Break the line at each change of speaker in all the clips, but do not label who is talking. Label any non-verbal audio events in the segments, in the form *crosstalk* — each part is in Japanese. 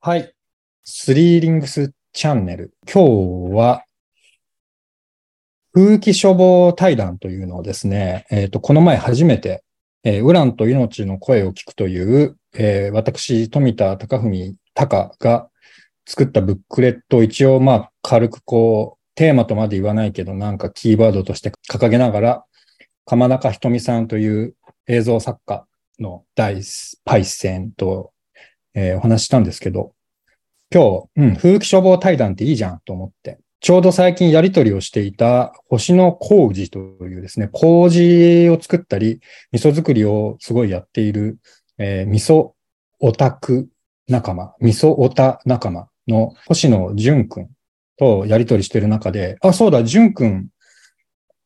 はい。スリーリングスチャンネル。今日は、空気処方対談というのをですね、えっ、と、この前初めて、えー、ウランと命の声を聞くという、えー、私、富田隆文隆が作ったブックレットを一応、まあ、軽くこう、テーマとまで言わないけど、なんかキーワードとして掲げながら、鎌中ひとみさんという映像作家の大パイセンと、えー、お話したんですけど、今日、うん、風紀消防対談っていいじゃんと思って、ちょうど最近やりとりをしていた星野工事というですね、工事を作ったり、味噌作りをすごいやっている、えー、味噌オタク仲間、味噌オタ仲間の星野淳くんとやりとりしている中で、あ、そうだ、淳くん、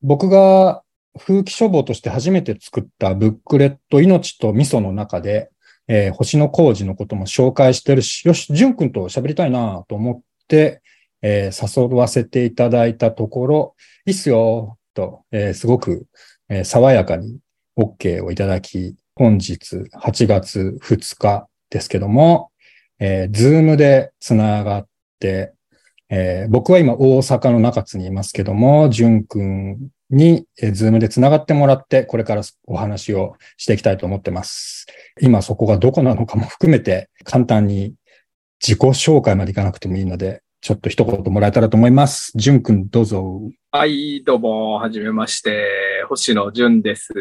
僕が風紀消防として初めて作ったブックレット命と味噌の中で、えー、星野工事のことも紹介してるし、よし、淳くんと喋りたいなと思って、えー、誘わせていただいたところ、いいっすよ、と、えー、すごく、えー、爽やかに OK をいただき、本日8月2日ですけども、えー、ズームでつながって、えー、僕は今大阪の中津にいますけども、淳くんに、えー、ズームでつながってもらって、これからお話をしていきたいと思ってます。今そこがどこなのかも含めて、簡単に自己紹介までいかなくてもいいので、ちょっと一言もらえたらと思います。じゅんくん、どうぞ。
はい、どうも、はじめまして。星野じゅんです。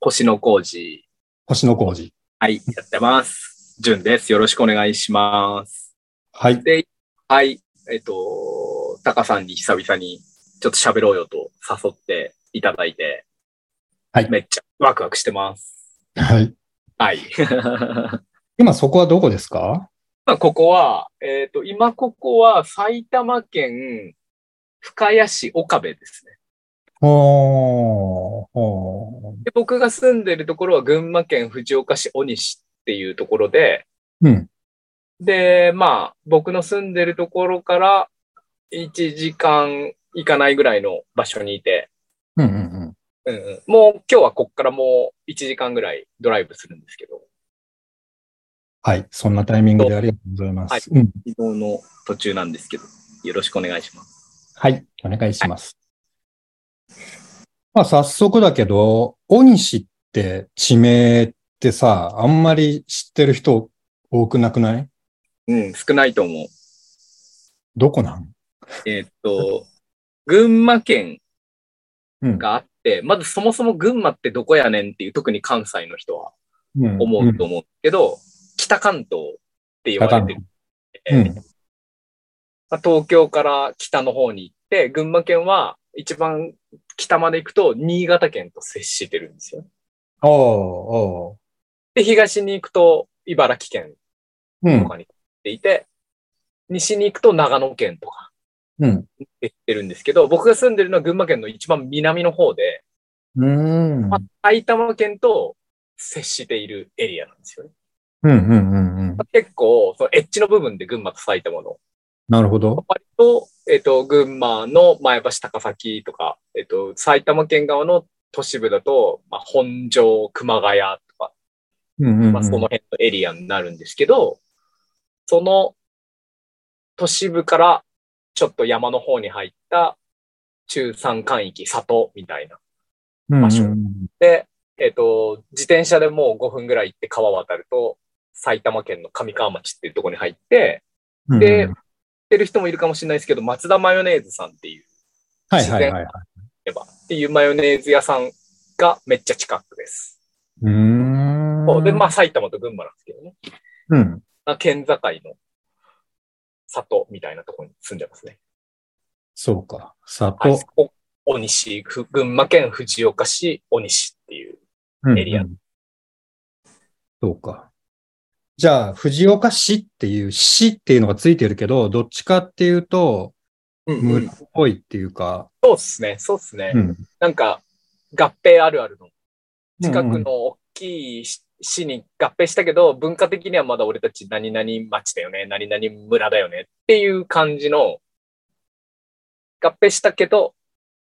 星野浩二。
星野浩二。
はい、やってます。じゅんです。よろしくお願いします。
はい。
で、はい、えっ、ー、と、タカさんに久々にちょっと喋ろうよと誘っていただいて、
はい。
めっちゃワクワクしてます。
はい。
はい。 *laughs*
今そこはどこですか
今ここは、えっ、ー、と、今ここは埼玉県深谷市岡部ですね。
おお
で僕が住んでるところは群馬県藤岡市小西っていうところで、
うん、
で、まあ、僕の住んでるところから1時間いかないぐらいの場所にいて、
うんうん
うん、うんうん、もう今日はこっからもう1時間ぐらいドライブするんですけど。
はい、そんなタイミングでありがとうございます。はい、
うん、移動の途中なんですけど、よろしくお願いします。
はい、お願いします。はい、まあ、早速だけど、小西って地名ってさ、あんまり知ってる人多くなくない
うん、少ないと思う。
どこなん
えー、っと、群馬県があって、うん、まずそもそも群馬ってどこやねんっていう、特に関西の人は思うと思うけど、うんうん北関東って言われてる。
うん、
まあ、東京から北の方に行って、群馬県は一番北まで行くと新潟県と接してるんですよ。
おお
で、東に行くと茨城県とかに行っていて、うん、西に行くと長野県とか
行
ってるんですけど、うん、僕が住んでるのは群馬県の一番南の方で、
うん
まあ、埼玉県と接しているエリアなんですよね。
うんうんうんうん、
結構、そのエッジの部分で群馬と埼玉の。
なるほど。
割と、えっ、ー、と、群馬の前橋高崎とか、えっ、ー、と、埼玉県側の都市部だと、まあ、本庄、熊谷とか、
うんうんうん、
まあ、その辺のエリアになるんですけど、その都市部からちょっと山の方に入った中山間域、里みたいな場所、
うんうんうん、
で、えっ、ー、と、自転車でもう5分ぐらい行って川渡ると、埼玉県の上川町っていうところに入って、で、知ってる人もいるかもしれないですけど、松田マヨネーズさんっていう、。
はいはいはい、はい
っていうマヨネーズ屋さんがめっちゃ近くです。
うん。
で、まあ埼玉と群馬なんですけどね。
うん。
県境の里みたいなところに住んでますね。
そうか。
里。はい、小西、群馬県藤岡市小西っていうエリア。うんうん、
そうか。じゃあ、藤岡市っていう、市っていうのがついてるけど、どっちかっていうと、村っぽいっていうか。
うんうん、そうっすね、そうっすね。うん、なんか、合併あるあるの。近くの大きい市に合併したけど、うんうん、文化的にはまだ俺たち何々町だよね、何々村だよねっていう感じの、合併したけど、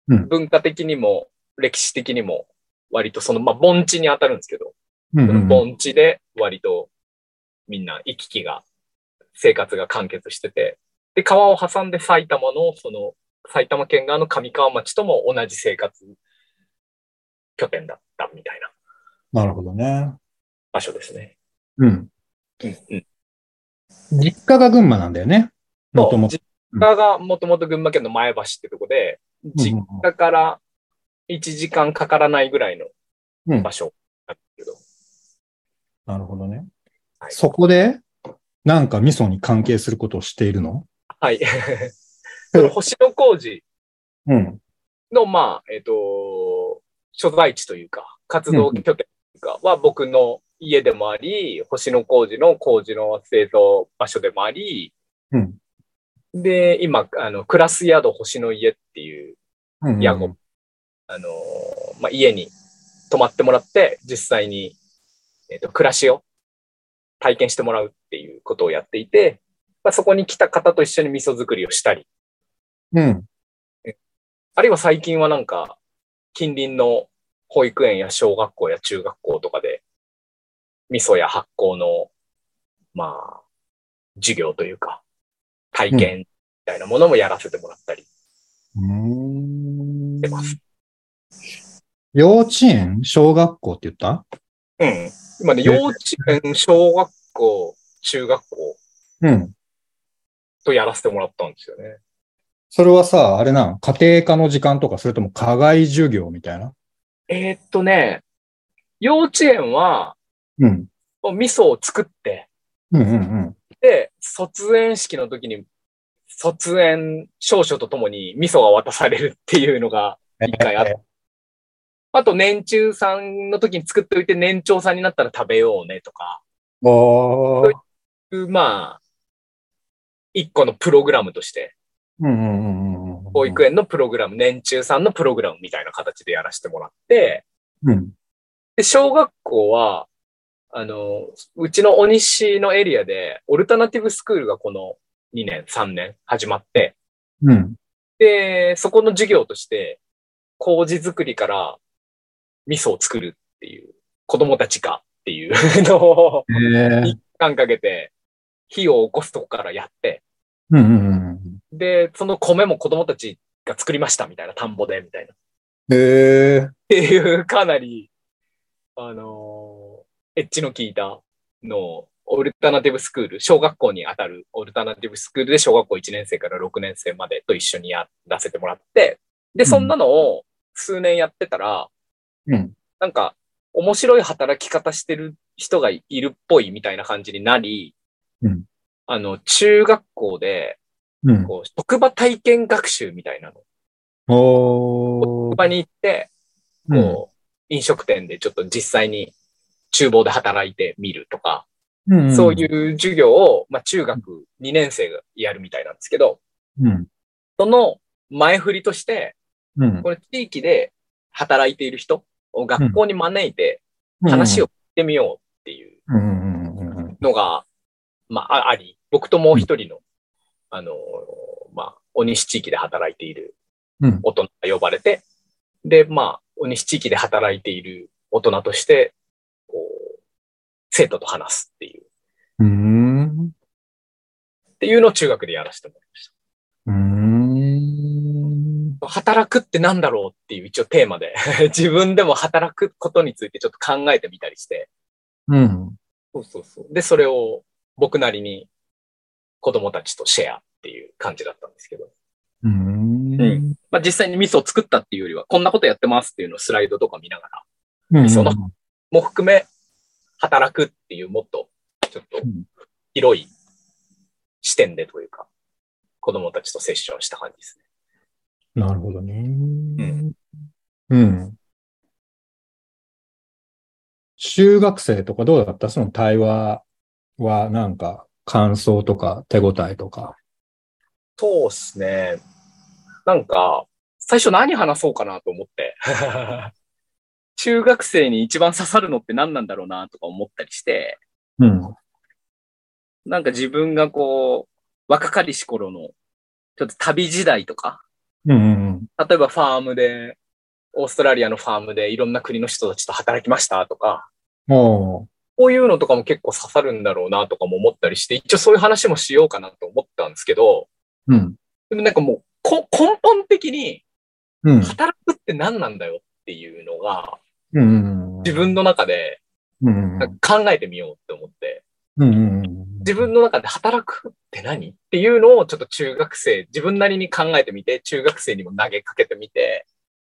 うん、
文化的にも歴史的にも、割とその、まあ、盆地に当たるんですけど、
うんうんうん、
盆地で割とみんな行き来が生活が完結してて、で、川を挟んで埼玉の、その、埼玉県側の上川町とも同じ生活拠点だったみたいな
なるほどね。
場所ですね。
うん。
うんうん。
実家が群馬なんだよね。もともと
実。家がもともと群馬県の前橋ってとこで、実家から1時間かからないぐらいの
うん
場所なんですけど。
なるほどね。
はい
そこで、なんか味噌に関係することをしているの
はい。 *laughs* その星野工事
うん。
の、まあ、えっ、と、所在地というか、活動拠点というか、は僕の家でもあり、星野工事の工事の製造場所でもあり、
うん。
で、今、あの、クラス宿星の家っていう、
うん。
ヤゴあのーまあ、家に泊まってもらって、実際に、えっ、と、暮らしを体験してもらうっていうことをやっていて、まあ、そこに来た方と一緒に味噌作りをしたり、
うん。
あるいは最近はなんか、近隣の保育園や小学校や中学校とかで、味噌や発酵の、まあ、授業というか、体験みたいなものもやらせてもらったりし
うん
てます。
幼稚園小学校って言った
うん。今ね、幼稚園、小学校、中学校
うん。
とやらせてもらったんですよね。
それはさ、あれなの家庭科の時間とか、それとも課外授業みたいな
えーっとね、幼稚園は、
うん。
もう味噌を作って、
うんうん
で、卒園式の時に、卒園証書とともに味噌が渡されるっていうのが、
うん。
一回あっ
えー
あと年中さんの時に作っておいて年長さんになったら食べようねとか、
おー
まあ、一個のプログラムとして、
うんうんうんうんうん。
保育園のプログラム、年中さんのプログラムみたいな形でやらせてもらって、
うん。
で、小学校は、あの、うちの鬼市のエリアで、オルタナティブスクールがこの2年、3年始まって、
うん。
で、そこの授業として、麹作りから味噌を作るっていう、子供たちがっていう *laughs* のを、
えー
一間かけて、火を起こすとこからやって、
うんうんうんうん。
で、その米も子供たちが作りましたみたいな、田んぼでみたいな。
えー
っていう、かなり、あのーエッジの効いたのを、オルタナティブスクール、小学校にあたるオルタナティブスクールで小学校1年生から6年生までと一緒にやらせてもらって、で、そんなのを数年やってたら、
うん。
なんか、面白い働き方してる人がいるっぽいみたいな感じになり、
うん
あの、中学校で、
うん。
こう、職場体験学習みたいなの、
お
職
ー。
場に行って、こう、飲食店でちょっと実際に厨房で働いてみるとか、
うんん
そういう授業を、まあ、中学2年生がやるみたいなんですけど、
うん。
その前振りとして、
うん。
この地域で働いている人を学校に招いて話を聞いてみようっていう
うんうんうんうん
のが、まあ、ああり、僕ともう一人の、あのー、まあ、鬼市地域で働いている
うん
大人が呼ばれて、で、まあ、鬼市地域で働いている大人として、こう、生徒と話すっていう、
うん。う
っていうのを中学でやらせてもらいまし
ーん。
た。働くってなんだろうっていう一応テーマで、 *laughs* 自分でも働くことについてちょっと考えてみたりして、
うん。
そうそうそう。で、それを僕なりに子供たちとシェアっていう感じだったんですけど。
うん。
んまあ、実際に味噌を作ったっていうよりは、こんなことやってますっていうのをスライドとか見ながら、
うん。
そのも含め、働くっていうもっと、ちょっと
うん、
広い視点でというか、子供たちとセッションした感じですね。
なるほどね。
ん
うん。中学生とかどうだったその対話はなんか感想とか手応えとか。
そうですね。なんか、最初何話そうかなと思 *laughs* って、中学生に一番刺さるのって何なんだろうなとか思ったりして、
うん。
なんか自分がこう、若かりし頃の、ちょっと旅時代とか、
うん。
例えばファームで、オーストラリアのファームでいろんな国の人たちと働きましたとか、
も
こういうのとかも結構刺さるんだろうなとかも思ったりして、一応そういう話もしようかなと思ったんですけど、
うん。
でもなんかもう、こ根本的に
うん。
働くって何なんだよっていうのが、
うん。
自分の中で
うん。
なんか考えてみようって思って、
うん。
自分の中で働くって何っていうのをちょっと中学生、自分なりに考えてみて、中学生にも投げかけてみて、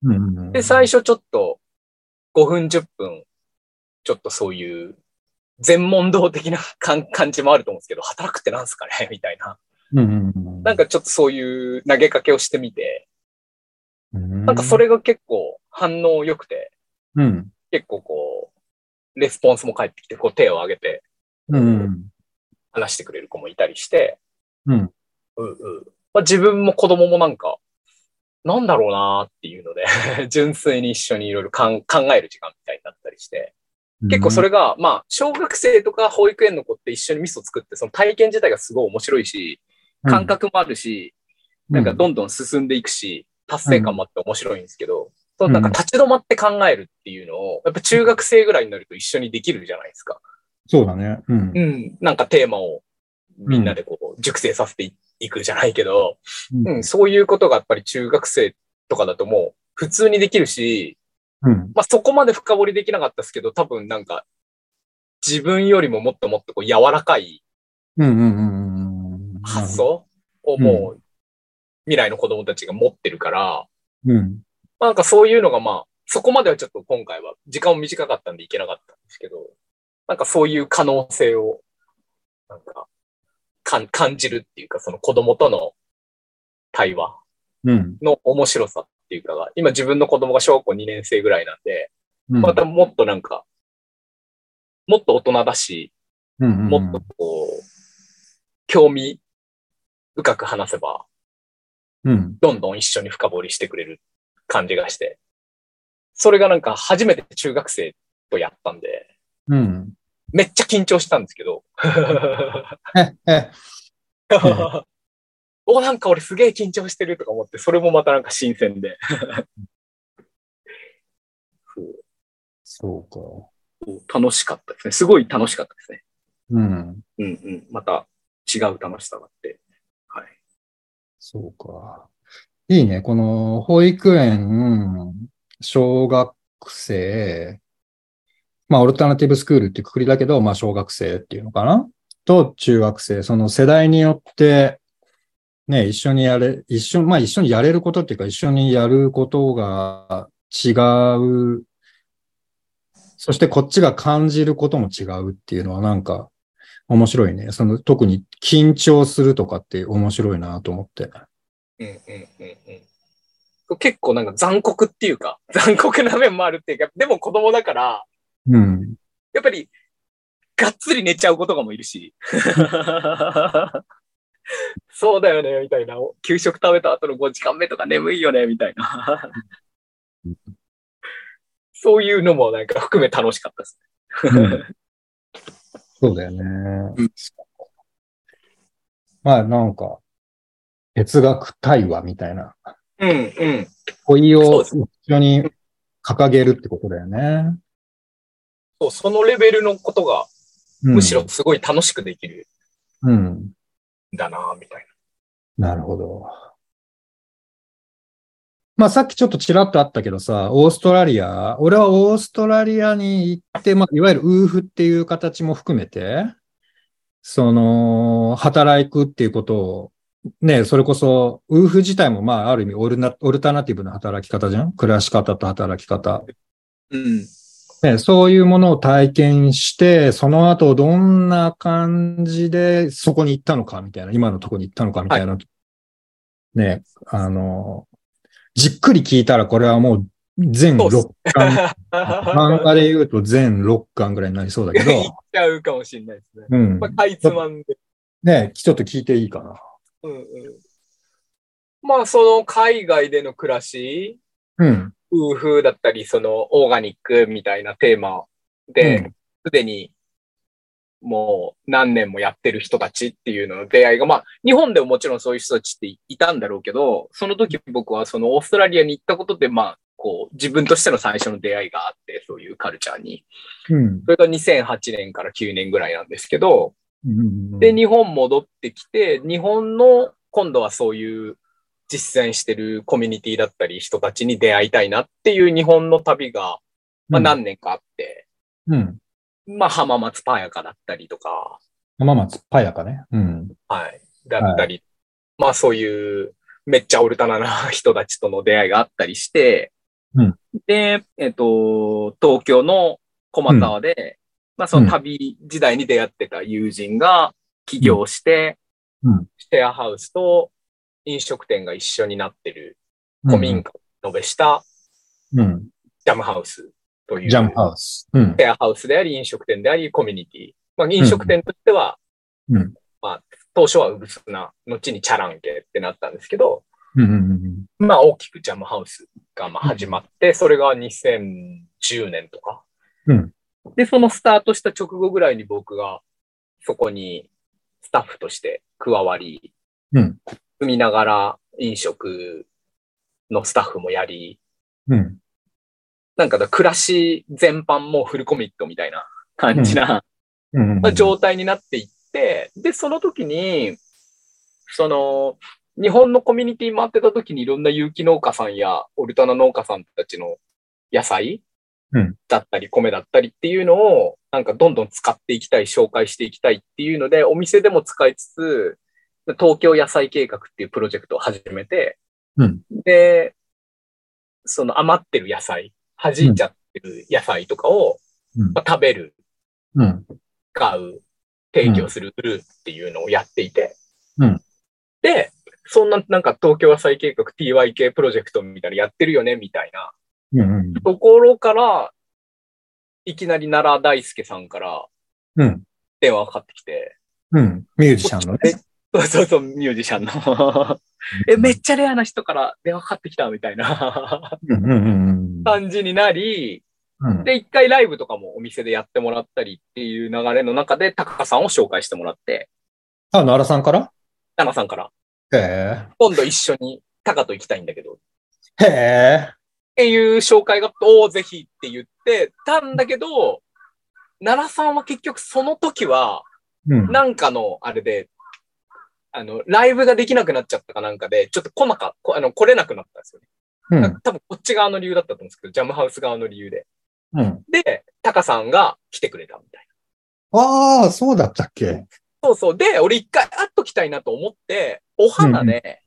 うん。
で、最初ちょっと5分10分、ちょっとそういう全問答的な *laughs* 感感じもあると思うんですけど、働くってなんすかね *laughs* みたいな。
うん。
なんかちょっとそういう投げかけをしてみて、
な
なんかそ。れが結構反応良くて、
うん。
結構こう、レスポンスも返ってきて、こう手を挙げて
うん。
話してくれる子もいたりして、
うん。
うんうん。まあ、自分も子供もなんか、なんだろうなーっていうので、 *laughs* 純粋に一緒にいろいろ考える時間みたいになったりして、結構それが、まあ、小学生とか保育園の子って一緒に味噌作って、その体験自体がすごい面白いし、感覚もあるし、なんかどんどん進んでいくし、達成感もあって面白いんですけど、そのなんか立ち止まって考えるっていうのを、やっぱ中学生ぐらいになると一緒にできるじゃないですか。
そうだね。うん
う。ん、なんかテーマをみんなでこう熟成させていいくじゃないけど、うんそういうことがやっぱり中学生とかだともう普通にできるし、
うん。
まあそこまで深掘りできなかったですけど、多分なんか自分よりももっともっとこう柔らかい
うん。うん。
発想をもう未来の子供たちが持ってるから、
うん。
まあなんかそういうのがまあ、そこまではちょっと今回は時間も短かったんでいけなかったんですけど、なんかそういう可能性を、なんか、かん感じるっていうか、その子供との対話
うん。
の面白さっていうかが、今自分の子供が小学校2年生ぐらいなんで、またもっとなんか、もっと大人だし、もっとこう、興味深く話せば、
うん。
どんどん一緒に深掘りしてくれる感じがして。それがなんか初めて中学生とやったんで、
うん。
めっちゃ緊張したんですけど。
え、え、
*laughs* お、なんか俺すげえ緊張してるとか思って、それもまたなんか新鮮で。そう
そうか。
楽しかったですね。すごい楽しかったですね。
うん。
うんうん。また違う楽しさがあって。はい。
そうか。いいね。この、保育園、小学生、まあ、オルタナティブスクールってくくりだけど、まあ、小学生っていうのかなと、中学生、その世代によって、ね、一緒にやれ、一緒、まあ、一緒にやれることっていうか、一緒にやることが違う。そして、こっちが感じることも違うっていうのは、なんか、面白いね。その、特に緊張するとかって面白いなと思って。
うんうんうんうん。結構なんか残酷っていうか、 *laughs* 残酷な面もあるっていうか、でも子供だから、
うん。
やっぱり、がっつり寝ちゃうことかもいる *laughs* し。そうだよね、みたいな。給食食べた後の5時間目とか眠いよね、みたいな。そういうのもなんか含め楽しかったです。 *laughs*
そうだよ
う
ね
ん。
まあ、なんか、哲学対話みたいな。
うんうん。
問い
そ
を
うです
一緒に掲げるってことだよね。
そう、そのレベルのことが、
うん
むしろ。すごい楽しくできる
うん。
んだな、みたい
なるほど。まあさっきちょっとちらっとあったけどさ、オーストラリア、俺はオーストラリアに行って、まあいわゆるウーフっていう形も含めて、その、働くっていうことを、ね、それこそ、ウーフ自体もまあある意味オルナオルタナティブな働き方じゃん暮らし方と働き方。
な。 *laughs* うん。
ね、そういうものを体験して、その後どんな感じでそこに行ったのかみたいな、今のところに行ったのかみたいな、ね、あの、じっくり聞いたらこれはもう全
そうっす
6巻、
*laughs*
漫画
で
で言うと全6巻ぐらいになりそうだけ
言っ
ど、
ちゃうかもしれないですね。
うん
ま。あ、かいつまんで
ね、ちょっと聞いていいかな。
うんうんまあ、その海外での暮らし、
うん。
夫婦だったり、そのオーガニックみたいなテーマ
う
で
ん、
すで、にもう何年もやってる人たちっていうのの出会いが、まあ、日本でももちろんそういう人たちっていたんだろうけど、その時僕はそのオーストラリアに行ったことで、まあ、こう、自分としての最初の出会いがあって、そういうカルチャーに。
うん
それが2008年から9年ぐらいなんですけど、
うん
で、日本戻ってきて、日本の今度はそういう実践してるコミュニティだったり人たちに出会いたいなっていう日本の旅が、まあ何年かあって、
うん。
まあ浜松パーヤカだったりとか、
浜松パヤかね。うん。
はい、だったり、まあそういうめっちゃオルタナな人たちとの出会いがあったりして、
うん
で、えっ、と、東京の駒沢で、まあその旅時代に出会ってた友人が起業して、
うん
シェアハウスと飲食店が一緒になってる古民家を述べした
うん。
ジャムハウスという。
ジャムハウス。うん。
シェアハウスであり、飲食店であり、コミュニティ。まあ、飲食店としては、
うんうん
まあ、当初はうぶすな、後にチャランケってなったんですけど、
うんうんうん
まあ、大きくジャムハウスがまあ始まって、それが2010年とか。
うん
で、そのスタートした直後ぐらいに僕が、そこにスタッフとして加わり、
うん
住みながら飲食のスタッフもやり、
うん。
なんかだ暮らし全般もフルコミットみたいな感じな、
うん。うん
まあ、状態になっていって、で、その時に、その、日本のコミュニティ回ってた時にいろんな有機農家さんやオルタナ農家さんたちの野菜
うん
だったり米だったりっていうのをなんかどんどん使っていきたい、紹介していきたいっていうので、お店でも使いつつ、東京野菜計画っていうプロジェクトを始めて、
うん
で、その余ってる野菜、弾いちゃってる野菜とかを、
うん
まあ食べる
うん。
買う、提供する、売るっていうのをやっていて。
うん
で、そんな、なんか東京野菜計画 TYK プロジェクトみたいなのやってるよね、みたいな
うんうん
ところから、いきなり奈良大輔さんから
うん。
電話がかかってきて、
うん。ミュージシャンのね。
そうそうそう、ミュージシャン
*laughs*
の。 *laughs* え、めっちゃレアな人から電話かかってきた、みたいな
うんうんうん
感じになり、
うん。
で、一回ライブとかもお店でやってもらったりっていう流れの中で、タカさんを紹介してもらって、
あ、奈良さんから
タナさんから、
へ
今度一緒にタカと行きたいんだけど、っ
え。へえ。
ていう紹介があって、おお、ぜひって言ってたんだけど、奈良さんは結局その時は、
うん。
なんかのあれで、あの、ライブができなくなっちゃったかなんかで、ちょっと来なか、こあの、来れなくなったんですよね。
う
なん
ん
か多分こっち側の理由だったと思うんですけど、ジャムハウス側の理由で。
うん。
で、タカさんが来てくれたみたい
ああ、そうだったっけ
な。そうそう。で、俺一回会っときたいなと思って、お花で、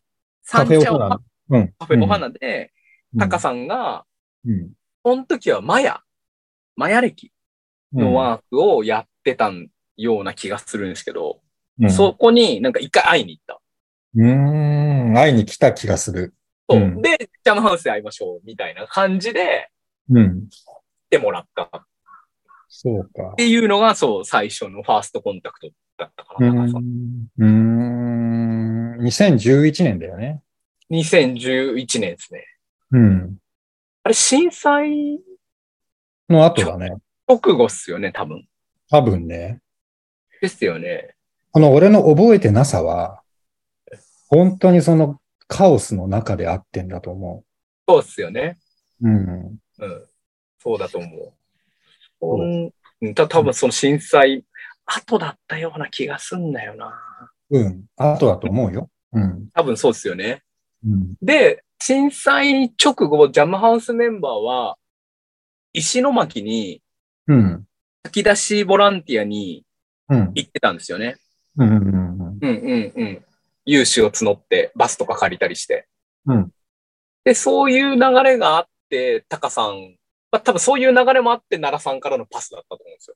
カフェオー
を
ナー。うん。
カフェお花で、タカ
さ
さんが、
ん。うん。
その時はマヤ、マヤ歴のワークをやってたような気がするんですけど、
うん、
そこになんか一回会いに行った。
う。うーん。会いに来た気がする。
そう
うん
で、ジャムハウスで会いましょうみたいな感じで
うん。
来てもらったっ
そうか。
ていうのが、そう、最初のファーストコンタクトだったか
う
な。
ん。
高
う
さん
ーん。2011年だよね。
2011年ですね。
うん。
あれ、震災
の後だね。
直後っすよね、多分。
多分ね。
ですよね。
この俺の覚えてなさは、本当にそのカオスの中であってんだと思
そうっすよね。
う。うん。
うん。そうだと思。
そう
うん。た多分その震災後だったような気がすんだよな。
うん。あとだと思うよ。うん。
多分そうっすよね。
うん。
で、震災直後、ジャムハウスメンバーは、石巻に、
うん。
炊き出しボランティアに
うん。
行ってたんですよね。
うん。うん。
うんうんうん。融資を募って、バスとか借りたりして。
うん。
で、そういう流れがあって、タカさん、まあ多分そういう流れもあって、奈良さんからのパスだったと思うんですよ。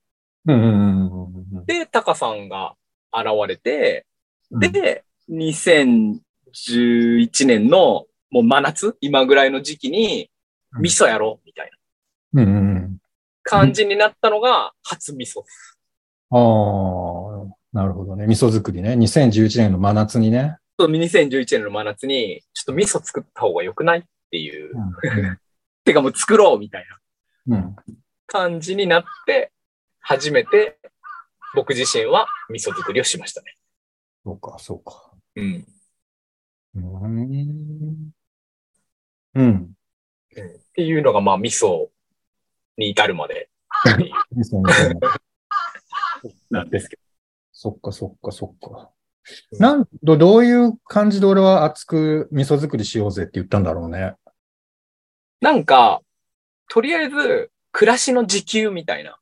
うん。うん。
で、タカさんが現れて、で、2011年のもう真夏、今ぐらいの時期に、
うん
味噌やろう、みたいな。
うん。うん。
感じになったのが初味噌。
ああ、なるほどね。味噌作りね。2011年の真夏にね。
そう2011年の真夏に、ちょっと味噌作った方が良くないっていう。てかもう作ろうみたいな
うん。
感じになって、初めて僕自身は味噌作りをしましたね。
そうか、そうか。
うん。
うん。うん。
っていうのが、まあ、ミソに至るまでっていう
そうみたいな
*laughs* なんですけ
そっかそっかそっか。なんど、どういう感じで俺は熱く味噌作りしようぜって言ったんだろうね。
なんか、とりあえず、暮らしの時給みたいな、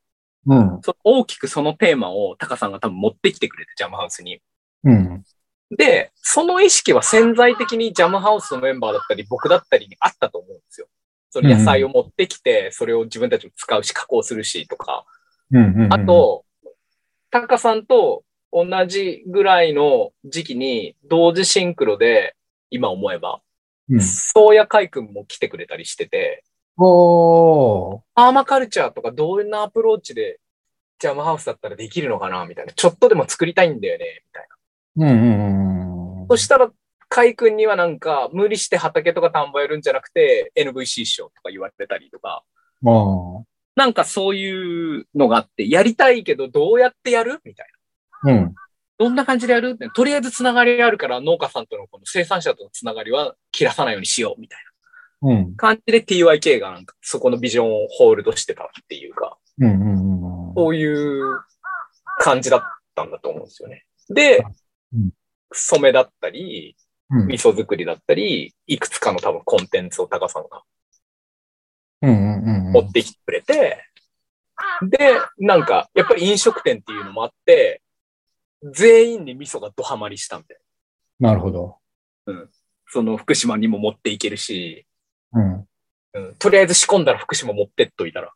うん。
そ大きくそのテーマをタカさんが多分持ってきてくれて、ジャムハウスに。
うん。
で、その意識は潜在的にジャムハウスのメンバーだったり、僕だったりにあったと思うんですよ。その野菜を持ってきて、それを自分たちも使うし、加工するしとか。
うん。うん
あ、と、タカさんと同じぐらいの時期に、同時シンクロで、今思えば、
うん、
宗谷海君も来てくれたりしてて、
おー。
アーマカルチャーとかどんなアプローチでジャムハウスだったらできるのかなみたいな。ちょっとでも作りたいんだよね、みたいな。
うんうんうん。
そしたら、カイ君にはなんか、無理して畑とか田んぼやるんじゃなくて、NVC 賞とか言われてたりとか、
まあ。
なんかそういうのがあって、やりたいけどどうやってやるみたいな。
うん。
どんな感じでやるってとりあえずつながりあるから農家さんとのこの生産者とのつながりは切らさないようにしようみたい
うん
な。感じで TYK がなんかそこのビジョンをホールドしてたっていうか。
うんうんうん。
そういう感じだったんだと思うんですよね。で
うん、
染めだったり、
うん
味噌作りだったり、いくつかの多分コンテンツをタカさんが
うんうんうん
持ってきてくれて、で、なんか、やっぱり飲食店っていうのもあって、全員に味噌がドハマりしたみたいな。
なるほど。
その福島にも持っていけるし、
うん。
うん、とりあえず仕込んだら福島持ってっといたら、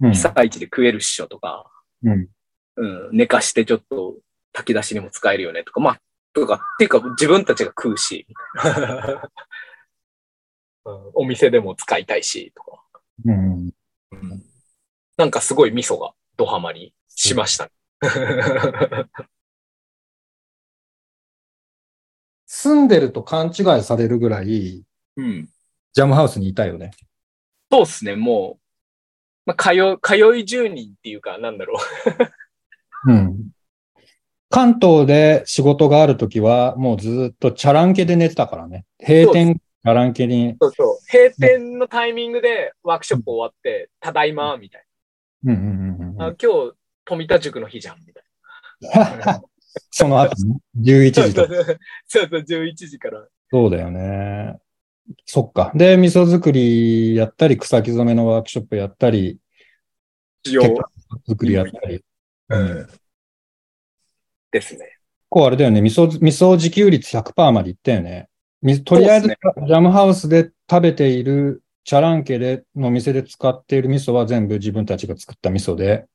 うん
被。災地で食えるっしょとか、
うん
うん、寝かしてちょっと炊き出しにも使えるよねとか、まあ、とか、っていうか自分たちが食うし、 *laughs* うんお店でも使いたいし、とか、
うん。
うんなんかすごい味噌がドハマりしました、ね。
住んでると勘違いされるぐらい、
うん。
ジャムハウスにいたよね。
そうですね、もう、まあ、通い、通い住人っていうか、なんだろう。
うん。関東で仕事があるときは、もうずっとチャランケで寝てたからね。閉店、チャランケに。
そうそう。閉店のタイミングでワークショップ終わって、ただいま、みたい
うんうんうん
な。
う
あ
ん。
今日、富田塾の日じゃん、みたいな。
その後ね、11時とか。
*laughs* そうそう、11時から。
そうだよね。そっか。で、味噌作りやったり、草木染めのワークショップやったり、
需要。
作りやったり。うん。
ですね。
こうあれだよね。味噌、味噌自給率100%までいったよね。みとりあえず、
そう
ジャムハウスで食べている、チャランケで、の店で使っている味噌は全部自分たちが作った味噌で、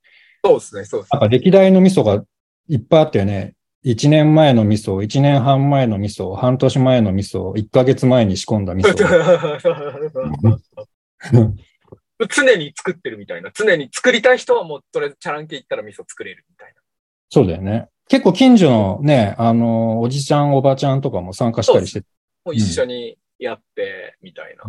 そうですね、そうです
なんか歴代の味噌がいっぱいあったよね。1年前の味噌、1年半前の味噌、半年前の味噌、1ヶ月前に仕込んだ味
*laughs*
噌。
常に作ってるみたいな。常に作りたい人はもうとりあえずチャランケ行ったら味噌作れるみたいな。
そうだよね。結構近所のね、あの、おじちゃん、おばちゃんとかも参加したりして、
もう一緒にやって、みたいな。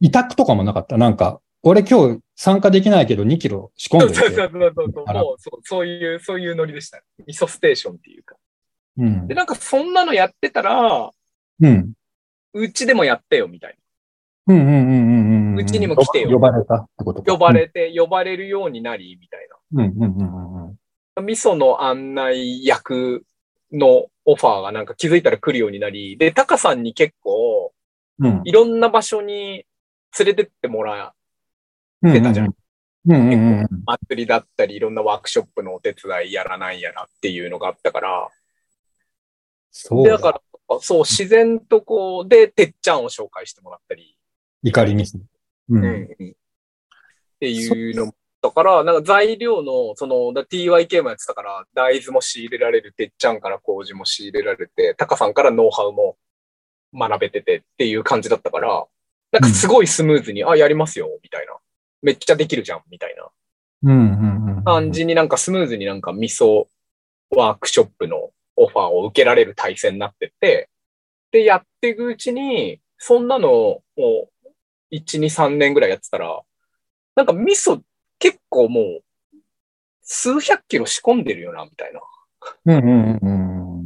委託とかもなかった。なんか、俺今日参加できないけど2キロ仕込
そ
ん
う
で
そうそ
て。
うそうそう。
あら
もうそう、そういう、そういうノリでした。味噌ステーションっていうか。
うん
で、。なんかそんなのやってたら、
うん。
うちでもやってよ、みたい
うんうんうんうんうん。
うちにも来てよ
呼ばれたってことか。
な。呼ばれて、呼ばれるようになり、みたいな。
うん。うんうんうんうん。
味噌の案内役のオファーがなんか気づいたら来るようになり、で、タカさんに結構
うん。
いろんな場所に連れてってもら
うん。
出たじゃん
うんうんうん。
う、祭りだったり、いろんなワークショップのお手伝いやらないやらっていうのがあったから、
そう
で
だ。
だから、そう、自然とこう、で、てっちゃんを紹介してもらったり、
怒りミス。う。
うんん、っていうのも、だから、なんか材料の、その、だ TYK もやってたから、大豆も仕入れられる、てっちゃんから麹も仕入れられて、タカさんからノウハウも学べててっていう感じだったから、なんかすごいスムーズに、あ、やりますよ、みたいな。めっちゃできるじゃん、みたいな
うんうんうん。
感。じになんかスムーズになんか味噌ワークショップのオファーを受けられる体制になってって、で、やっていくうちに、そんなのを1、2、3年ぐらいやってたら、なんか味噌結構もう数百キロ仕込んでるよな、みたいな。
うんうんうんうん。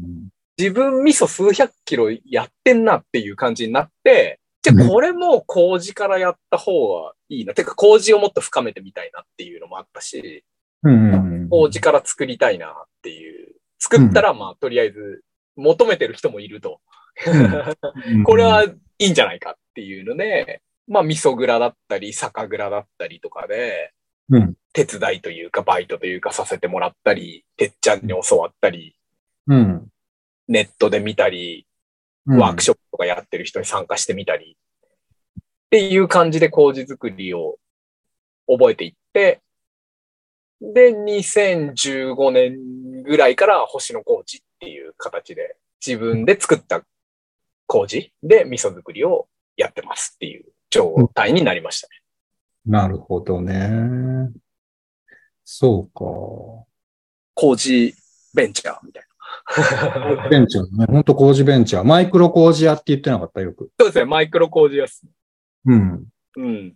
自分味噌数百キロやってんなっていう感じになって、じゃあこれも麹からやった方がいいな。てか麹をもっと深めてみたいなっていうのもあったし、
うんうんうん。
麹から作りたいなっていう。作ったら、まあ、とりあえず求めてる人もいると。これはいいんじゃないかっていうので、まあ、味噌蔵だったり、酒蔵だったりとかで、
うん
手伝いというか、バイトというかさせてもらったり、てっちゃんに教わったり、
うん。
ネットで見たり、
うん。
ワークショップとかやってる人に参加してみたり、っていう感じで麹作りを覚えていって、で、2015年ぐらいから星の麹っていう形で自分で作った麹で味噌作りをやってますっていう状態になりましたね。
なるほどね。そう
麹ベンチャーみたいな。
*laughs* か。ベンチャーね。ほんと工事ベンチャー。マイクロ工事屋って言ってなかったよく。
そうですね、マイクロ麹屋っす。
うん。
うん。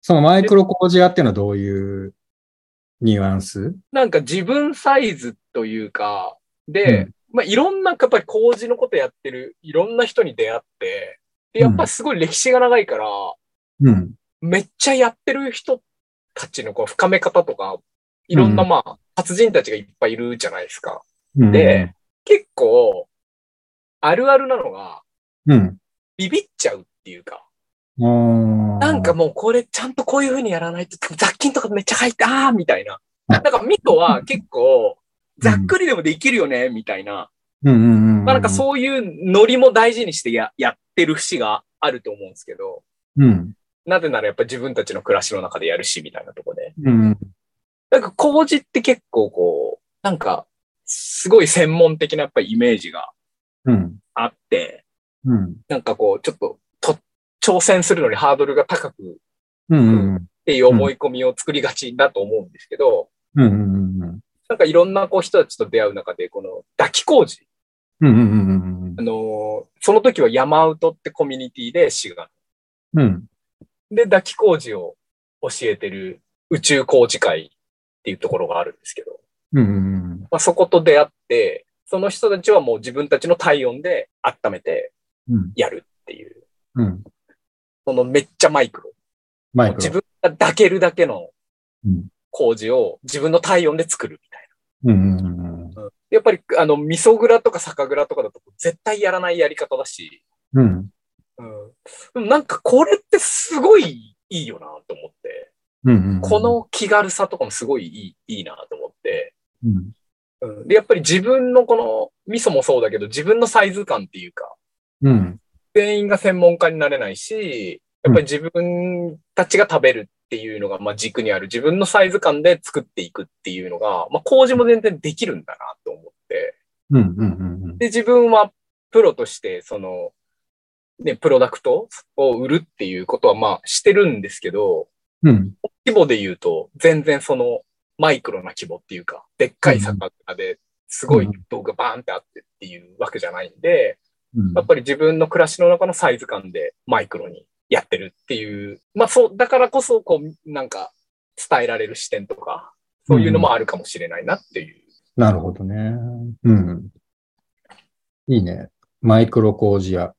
そのマイクロ工事屋っていうのはどういうニュアンス
なんか自分サイズというか、で、まあいろんな、やっぱり工事のことやってる、いろんな人に出会って、で、やっぱすごい歴史が長いから、
うん。
めっちゃやってる人たちのこう深め方とか、いろんな
うん
まあ、達人たちがいっぱいいるじゃないですか。
うん
で、結構、あるあるなのが、
うん。
ビビっちゃうっていうか、な
なん
か、もうこれちゃんとこういう風にやらないと、雑菌とかめっちゃ入って、あーみたいな。なんかミトは結構、ざっくりでもできるよね、みたいな。
うんうんうん。
まあなんかそういうノリも大事にしてややってる節があると思うんですけど、
う。うん。
なぜならやっぱ自分たちの暮らしの中でやるし、みたいなとこで。
うん。
なんか麹って結構こう、なんか、すごい専門的なやっぱイメージが
うん。
あって、
うん。
なんかこう、ちょっとと、挑戦するのにハードルが高くっ
うん。
ていう思い込みを作りがちだと思うんですけど、
うん。うん。
なんかいろんなこう人たちと出会う中で、この抱き工事。
うん。うん。うん
あ。のーその時は山ウトってコミュニティで滋賀
うん。
で、抱き工事を教えてる宇宙工事会っていうところがあるんですけど、
うん。
まあ、そこと出会って、その人たちはもう自分たちの体温で温めて
うん。
やるっていう、
うん。
そのめっちゃマイクロ。
マイ
もう
ク
自
ロ。
分が抱けるだけの
うん
工事を自分の体温で作るみたい
うん。うん。
な。やっぱり、あの、味噌蔵とか酒蔵とかだと絶対やらないやり方だし、
うん。
うん。でもなんかこれってすごいいいよなと思って、
うん。
こ、の気軽さとかもすごいいいいいなと思って、
うん。
うんで、やっぱり自分のこの、味噌もそうだけど、自分のサイズ感っていうか、
うん。
全員が専門家になれないし、やっぱり自分たちが食べるっていうのが、まあ軸にある自分のサイズ感で作っていくっていうのが、まあ麹も全然できるんだなと思って。
うん。うん。
で、自分はプロとして、その、ね、プロダクトを売るっていうことはまあしてるんですけど、
うん。
規模で言うと、全然そのマイクロな規模っていうか、でっかい酒場で、すごい動画バーンってあってっていうわけじゃないんで、
うん
やっぱり自分の暮らしの中のサイズ感でマイクロにやってるっていう、まあそう、だからこそ、こう、なんか伝えられる視点とか、そういうのもあるかもしれないなっていう。
なるほどね。うん。いいね。マイクロ工事屋。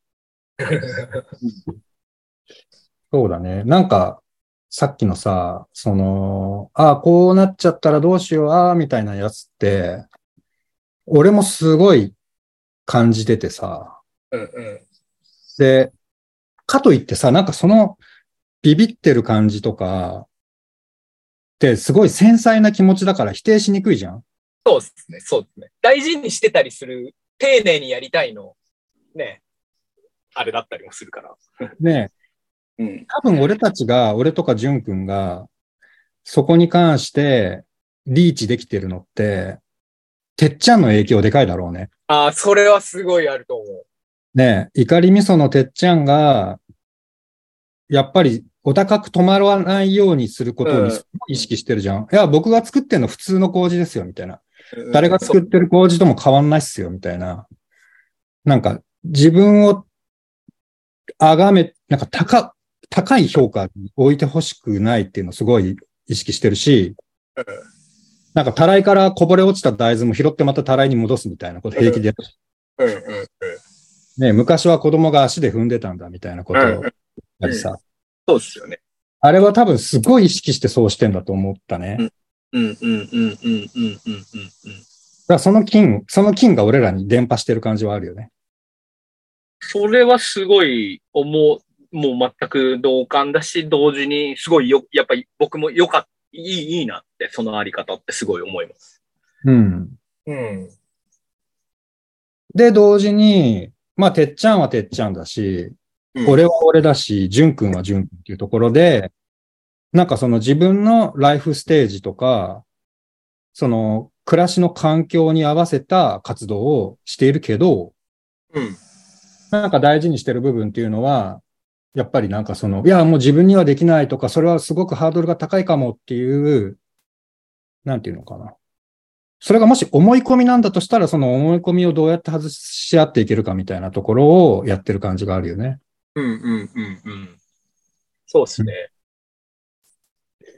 そうだね。なんか、さっきのさ、その、ああ、こうなっちゃったらどうしよう、ああ、みたいなやつって、俺もすごい感じててさ。
うんうん。
で、かといってさ、なんかその、ビビってる感じとか、ってすごい繊細な気持ちだから否定しにくいじゃん。
そうですね、そうですね。大事にしてたりする、丁寧にやりたいの、ね、あれだったりもするから。
ねえ
うん。
多分俺たちが、俺とか淳くんが、そこに関してリーチできてるのって、てっちゃんの影響でかいだろうね。
ああ、それはすごいあると思う。
ねえ、怒り味噌のてっちゃんが、やっぱりお高く止まらないようにすること
う
に
ん
すごい意識してるじゃん。いや、僕が作ってんの普通の麹ですよ、みたいな。
うん
誰が作ってる麹とも変わんないっすよ、みたいな。なんか、自分を、あがめ、なんか、高、高い評価に置いてほしくないっていうのをすごい意識してるし、
うん
なんか、たらいからこぼれ落ちた大豆も拾ってまたたらいに戻すみたいなこと平気でやる。
うんうんうん。
ね、昔は子供が足で踏んでたんだみたいなことを
うん
やったりさ、
そうですよね。
あれは多分すごい意識してそうしてんだと思ったね。だ
うん
か
うんうんうんうんうんうんうんうん。
らその菌、その菌が俺らに伝播してる感じはあるよね。
それはすごい思う、もう全く同感だし、同時にすごいよ、やっぱり僕も良かった、いい、いいなって、そのあり方ってすごい思います。
うん。
うん。
で、同時に、まあ、てっちゃんはてっちゃんだし、
うん
俺は俺だし、じゅんくんはじゅんくんっていうところで、なんかその自分のライフステージとか、その暮らしの環境に合わせた活動をしているけど、
うん。
なんか大事にしてる部分っていうのは、やっぱりなんかその、いや、もう自分にはできないとか、それはすごくハードルが高いかもっていう、なんていうのかな。それがもし思い込みなんだとしたら、その思い込みをどうやって外し合っていけるかみたいなところをやってる感じがあるよね。
うんうんうんうん。そうですね。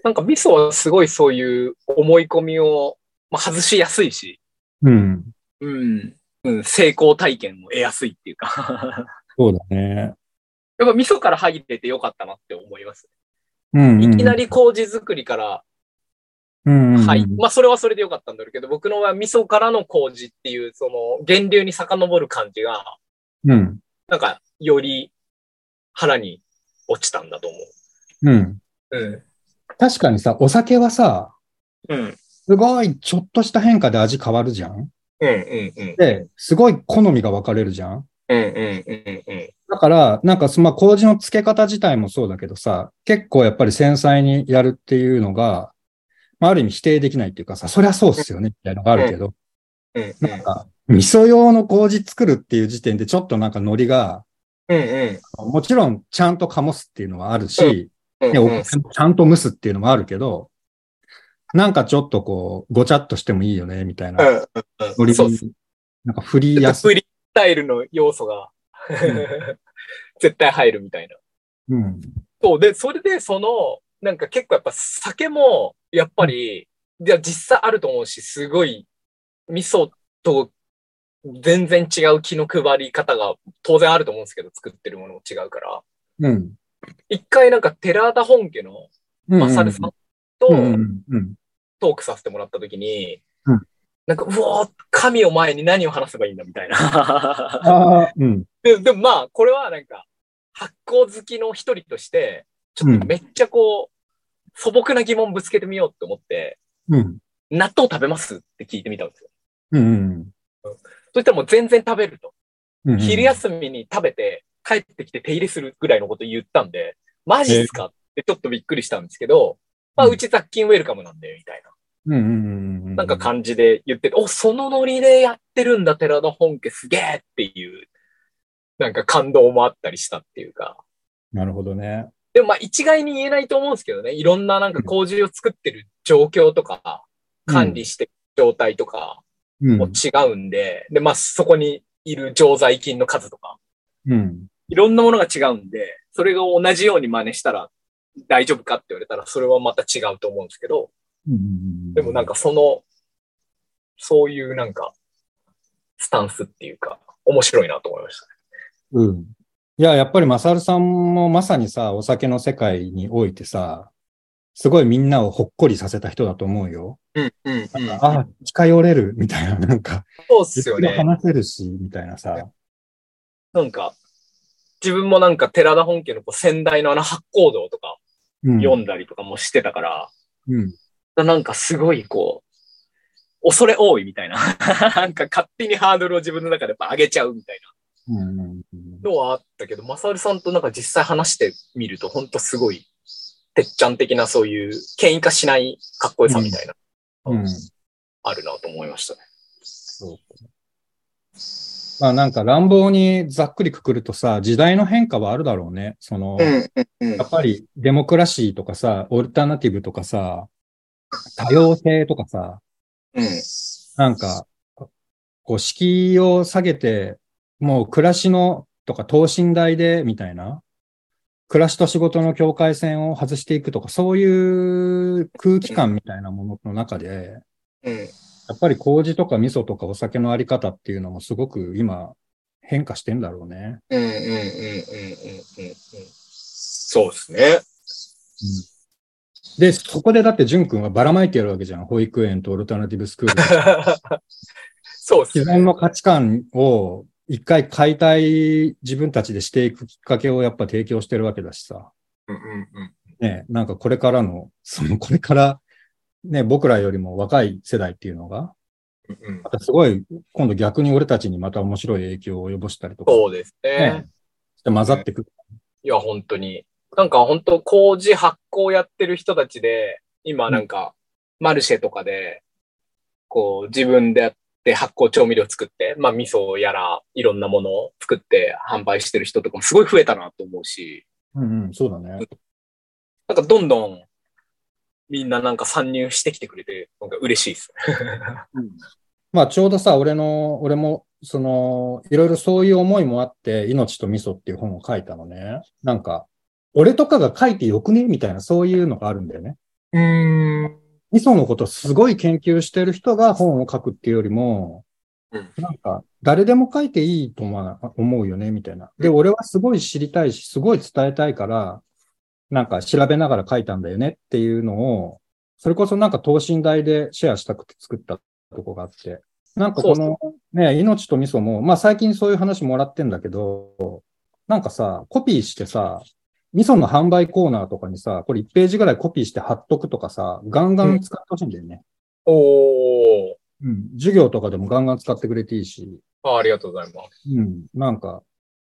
なんかミソはすごいそういう思い込みを、まあ、外しやすいし、
うん。
うん。うん、成功体験を得やすいっていうか。
そうだね。
やっぱミソから入れてよかったなって思います。
うん、
いきな、り麹作りから
うんうん、
はい。まあ、それはそれでよかったんだろうけど、僕の場合は味噌からの麹っていう、その、源流に遡る感じが、
うん。
なんか、より腹に落ちたんだと思
うん。
う。うん。
確かにさ、お酒はさ、
うん。
すごいちょっとした変化で味変わるじゃん
うんうんうん。
で、すごい好みが分かれるじゃん
うんうんうんうん。
だから、なんかその、まあ、麹の付け方自体もそうだけどさ、結構やっぱり繊細にやるっていうのが、まあ、ある意味否定できないっていうかさ、そりゃそうっすよね、みたいなのがあるけど、
うんうん
なんか、味噌用の麹作るっていう時点でちょっとなんかノリが、
うん
もちろんちゃんと醸すっていうのはあるし、
うん。
ねお米もちゃんと蒸すっていうのもあるけど、なんかちょっとこう、ごちゃっとしてもいいよね、みたいな。ノ
う
リ
ん。そう
に
です。
なんか振りやす
フ
い。
リースタイルの要素が、絶対入るみたいな。
うん。
そう。で、それで、その、なんか結構やっぱ酒も、やっぱり、いや、実際あると思うし、すごい、味噌と全然違う気の配り方が当然あると思うんですけど、作ってるものも違うから。
うん。
一回なんか、寺田本家の
うん
マサルさんと
うんうんうん。
トークさせてもらった時に
うん、
なんか、うおー神を前に何を話せばいいんだみた
*laughs*
いな。
ああ、うん。
ででもまあ、これはなんか、発酵好きの一人として、ちょっとめっちゃこう、素朴な疑問ぶつけてみようって思って、
うん。
納豆食べますって聞いてみたんですよ。
うん
そしたらもう全然食べると。
うん。
昼
み。
休みに食べて、帰ってきて手入れするぐらいのこと言ったんで、マジっすかってちょっとびっくりしたんですけど、まあ、
うん
うち雑菌ウェルカムなんで、みたいな。
うんうんうん。
なんか感じで言ってて、お、そのノリでやってるんだ、寺田本家すげえっていう、なんか感動もあったりしたっていうか。
なるほどね。
でもまあ一概に言えないと思うんですけどね。いろんななんか麹を作ってる状況とか、
うん
管理してる状態とか
うん
も。違うんで、で、まあそこにいる常在菌の数とか、
うん。
いろんなものが違うんで、それが同じように真似したら大丈夫かって言われたら、それはまた違うと思うんですけど、でもなん
か。
かその、そういうなんか、スタンスっていうか、面白いなと思いました。
うん。いや、やっぱりマサルさんもまさにさ、お酒の世界においてさ、すごいみんなをほっこりさせた人だと思うよ。
うん、うん、うん。
ああ、近寄れるみたいな、なんか、
そうっすよ
いろいろ
ね。
話せるし、みたいなさ。
なんか、自分もなんか寺田本家のこう先代のあの発行道とか
うん。
読んだりとかもしてたから、
うん。
なんかすごいこう、恐れ多いみたいな。 *laughs* なんか勝手にハードルを自分の中でやっぱ上げちゃうみたい
うんうんうん
なのはあったけど、マサルさんとなんか実際話してみると、ほんとすごい、てっちゃん的なそういう、権威化しないかっこよさみたいな、
うん。
あるなと思いましたね。
そう。まあなんか乱暴にざっくりくくるとさ、時代の変化はあるだろうね。その、
うん、うん
やっぱりデモクラシーとかさ、オルタナティブとかさ、多様性とかさ、
うん、
なんか、こう、敷居を下げて、もう暮らしのとか等身大で、みたいな、暮らしと仕事の境界線を外していくとか、そういう空気感みたいなものの中で、
うん、
やっぱり麹とか味噌とかお酒のあり方っていうのもすごく今、変化してんだろうね。
うんうんうんうんうんうんうん。そうですね。
で、そこでだって、淳君はばらまいてやるわけじゃん。保育園とオルタナティブスクール。
*laughs* そうです
既
ね。
存の価値観を一回解体自分たちでしていくきっかけをやっぱ提供してるわけだしさ。
うんうんうん。
ね、なんかこれからの、 *laughs* そのこれから、ね、僕らよりも若い世代っていうのが、
うんうん
またすごい、今度逆に俺たちにまた面白い影響を及ぼしたりとか、
そうですね
ねして混ざってくる。
いや、本当に。なんか本当、工事発行やってる人たちで、今なんか、マルシェとかで、こう、自分でやって発酵調味料作って、まあ、味噌やら、いろんなものを作って販売してる人とかもすごい増えたなと思うし、
うんうん、そうだね。
なんかどんどん、みんななんか参入してきてくれて、なんか嬉しいです
まあちょうどさ、俺の、俺も、その、いろいろそういう思いもあって、命と味噌っていう本を書いたのね。なんか、俺とかが書いてよくねみたいな、そういうのがあるんだよね。
ね。うん。
味噌のことすごい研究してる人が本を書くっていうよりも、
うん
なんか、誰でも書いていいとまあ思うよね、みたいな。で、
うん
俺はすごい知りたいし、すごい伝えたいから、なんか調べながら書いたんだよねっていうのを、それこそなんか等身大でシェアしたくて作ったとこがあって。なんかこのね、命と味噌も、まあ最近そういう話もらってんだけど、なんかさ、コピーしてさ、味噌の販売コーナーとかにさ、これ1ページぐらいコピーして貼っとくとかさ、ガンガン使ってほしいんだよね。
おー。
うん。授業とかでもガンガン使ってくれていいし、
あありがとうございます。
うん。なんか、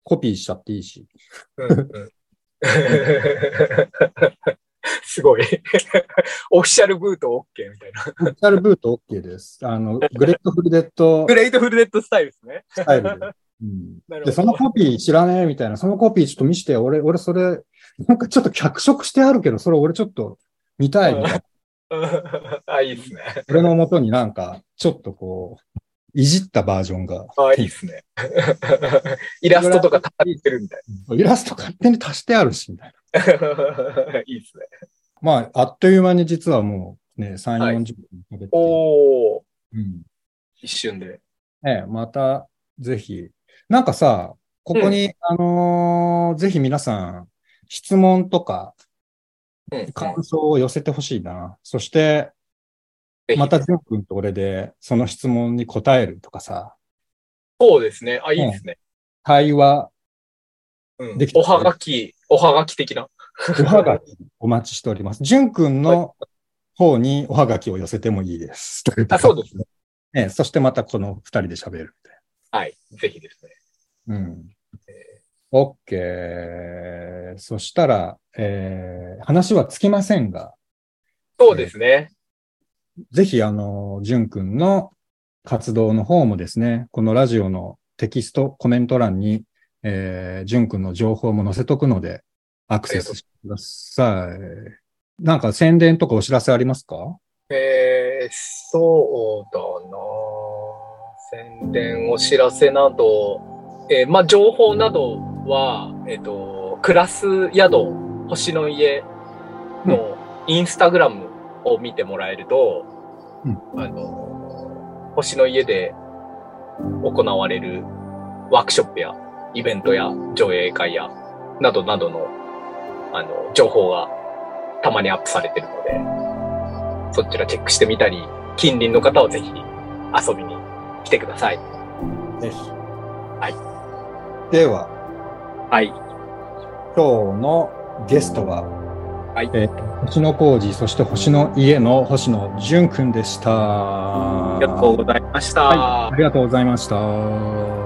コピーしちゃっていいし。
うんうんすごい。オフィシャルブート OK みたいな。
オフィシャルブート OK です。あの、グレッドフルデッド
グレートフルデッドスタイルですね。
スタイルで。うん
なるほど
で、そのコピー知らねえみたいな、そのコピーちょっと見してよ、俺、俺それ、なんかちょっと脚色してあるけど、それ俺ちょっと見たいみたいな。
あ、いいですね。
俺の元になんか、ちょっとこう、いじったバージョンが、
あ、いいですね。イラストとか足してるみたい *laughs*
イラスト勝手に足してあるし、みたいな。
な。いいですね。
まあ、あっという間に実はもうね、3、40
はい
分食べて、
おー、
うん
一瞬で。
ね、またぜひ、なんかさ、ここに、あのーぜひ皆さん、質問とか
うんうん
感想を寄せてほしいな。そして、
ぜひ
またジョン君と俺で、その質問に答えるとかさ、
そうですね。あ、いいですね。
対
*laughs*
話、
うん
できた
おはがき、おはがき的な。
おはがきお待ちしております。ジュン君の方におはがきを寄せてもいいです。
あ、そうですね。
ね。そしてまたこの2人で喋るみたいな。
はい。ぜひですね。
うん。OK。そしたら、えー話はつきませんが、
そうですね。
ぜひ、あの、じゅんくんの活動の方もですね、このラジオのテキスト、コメント欄に、えー、じゅんくんの情報も載せとくので、アクセスしてください。なんか宣伝とかお知らせありますか
えー、そうだな宣伝、お知らせなど、えーまあ、情報などは、えっ、と、クラス宿、星の家のインスタグラムを見てもらえると、
うん
あの、星の家で行われるワークショップやイベントや上映会やなどなどの、あの、情報がたまにアップされてるので、そちらチェックしてみたり、近隣の方はぜひ遊びに来てください。
ぜひ。。
はい
では、
はい。
今日のゲストは、
い
えー星野浩二、そして星の家の星野淳くんでした。
あ
あ
りがとうございました。
はいありがとうございました。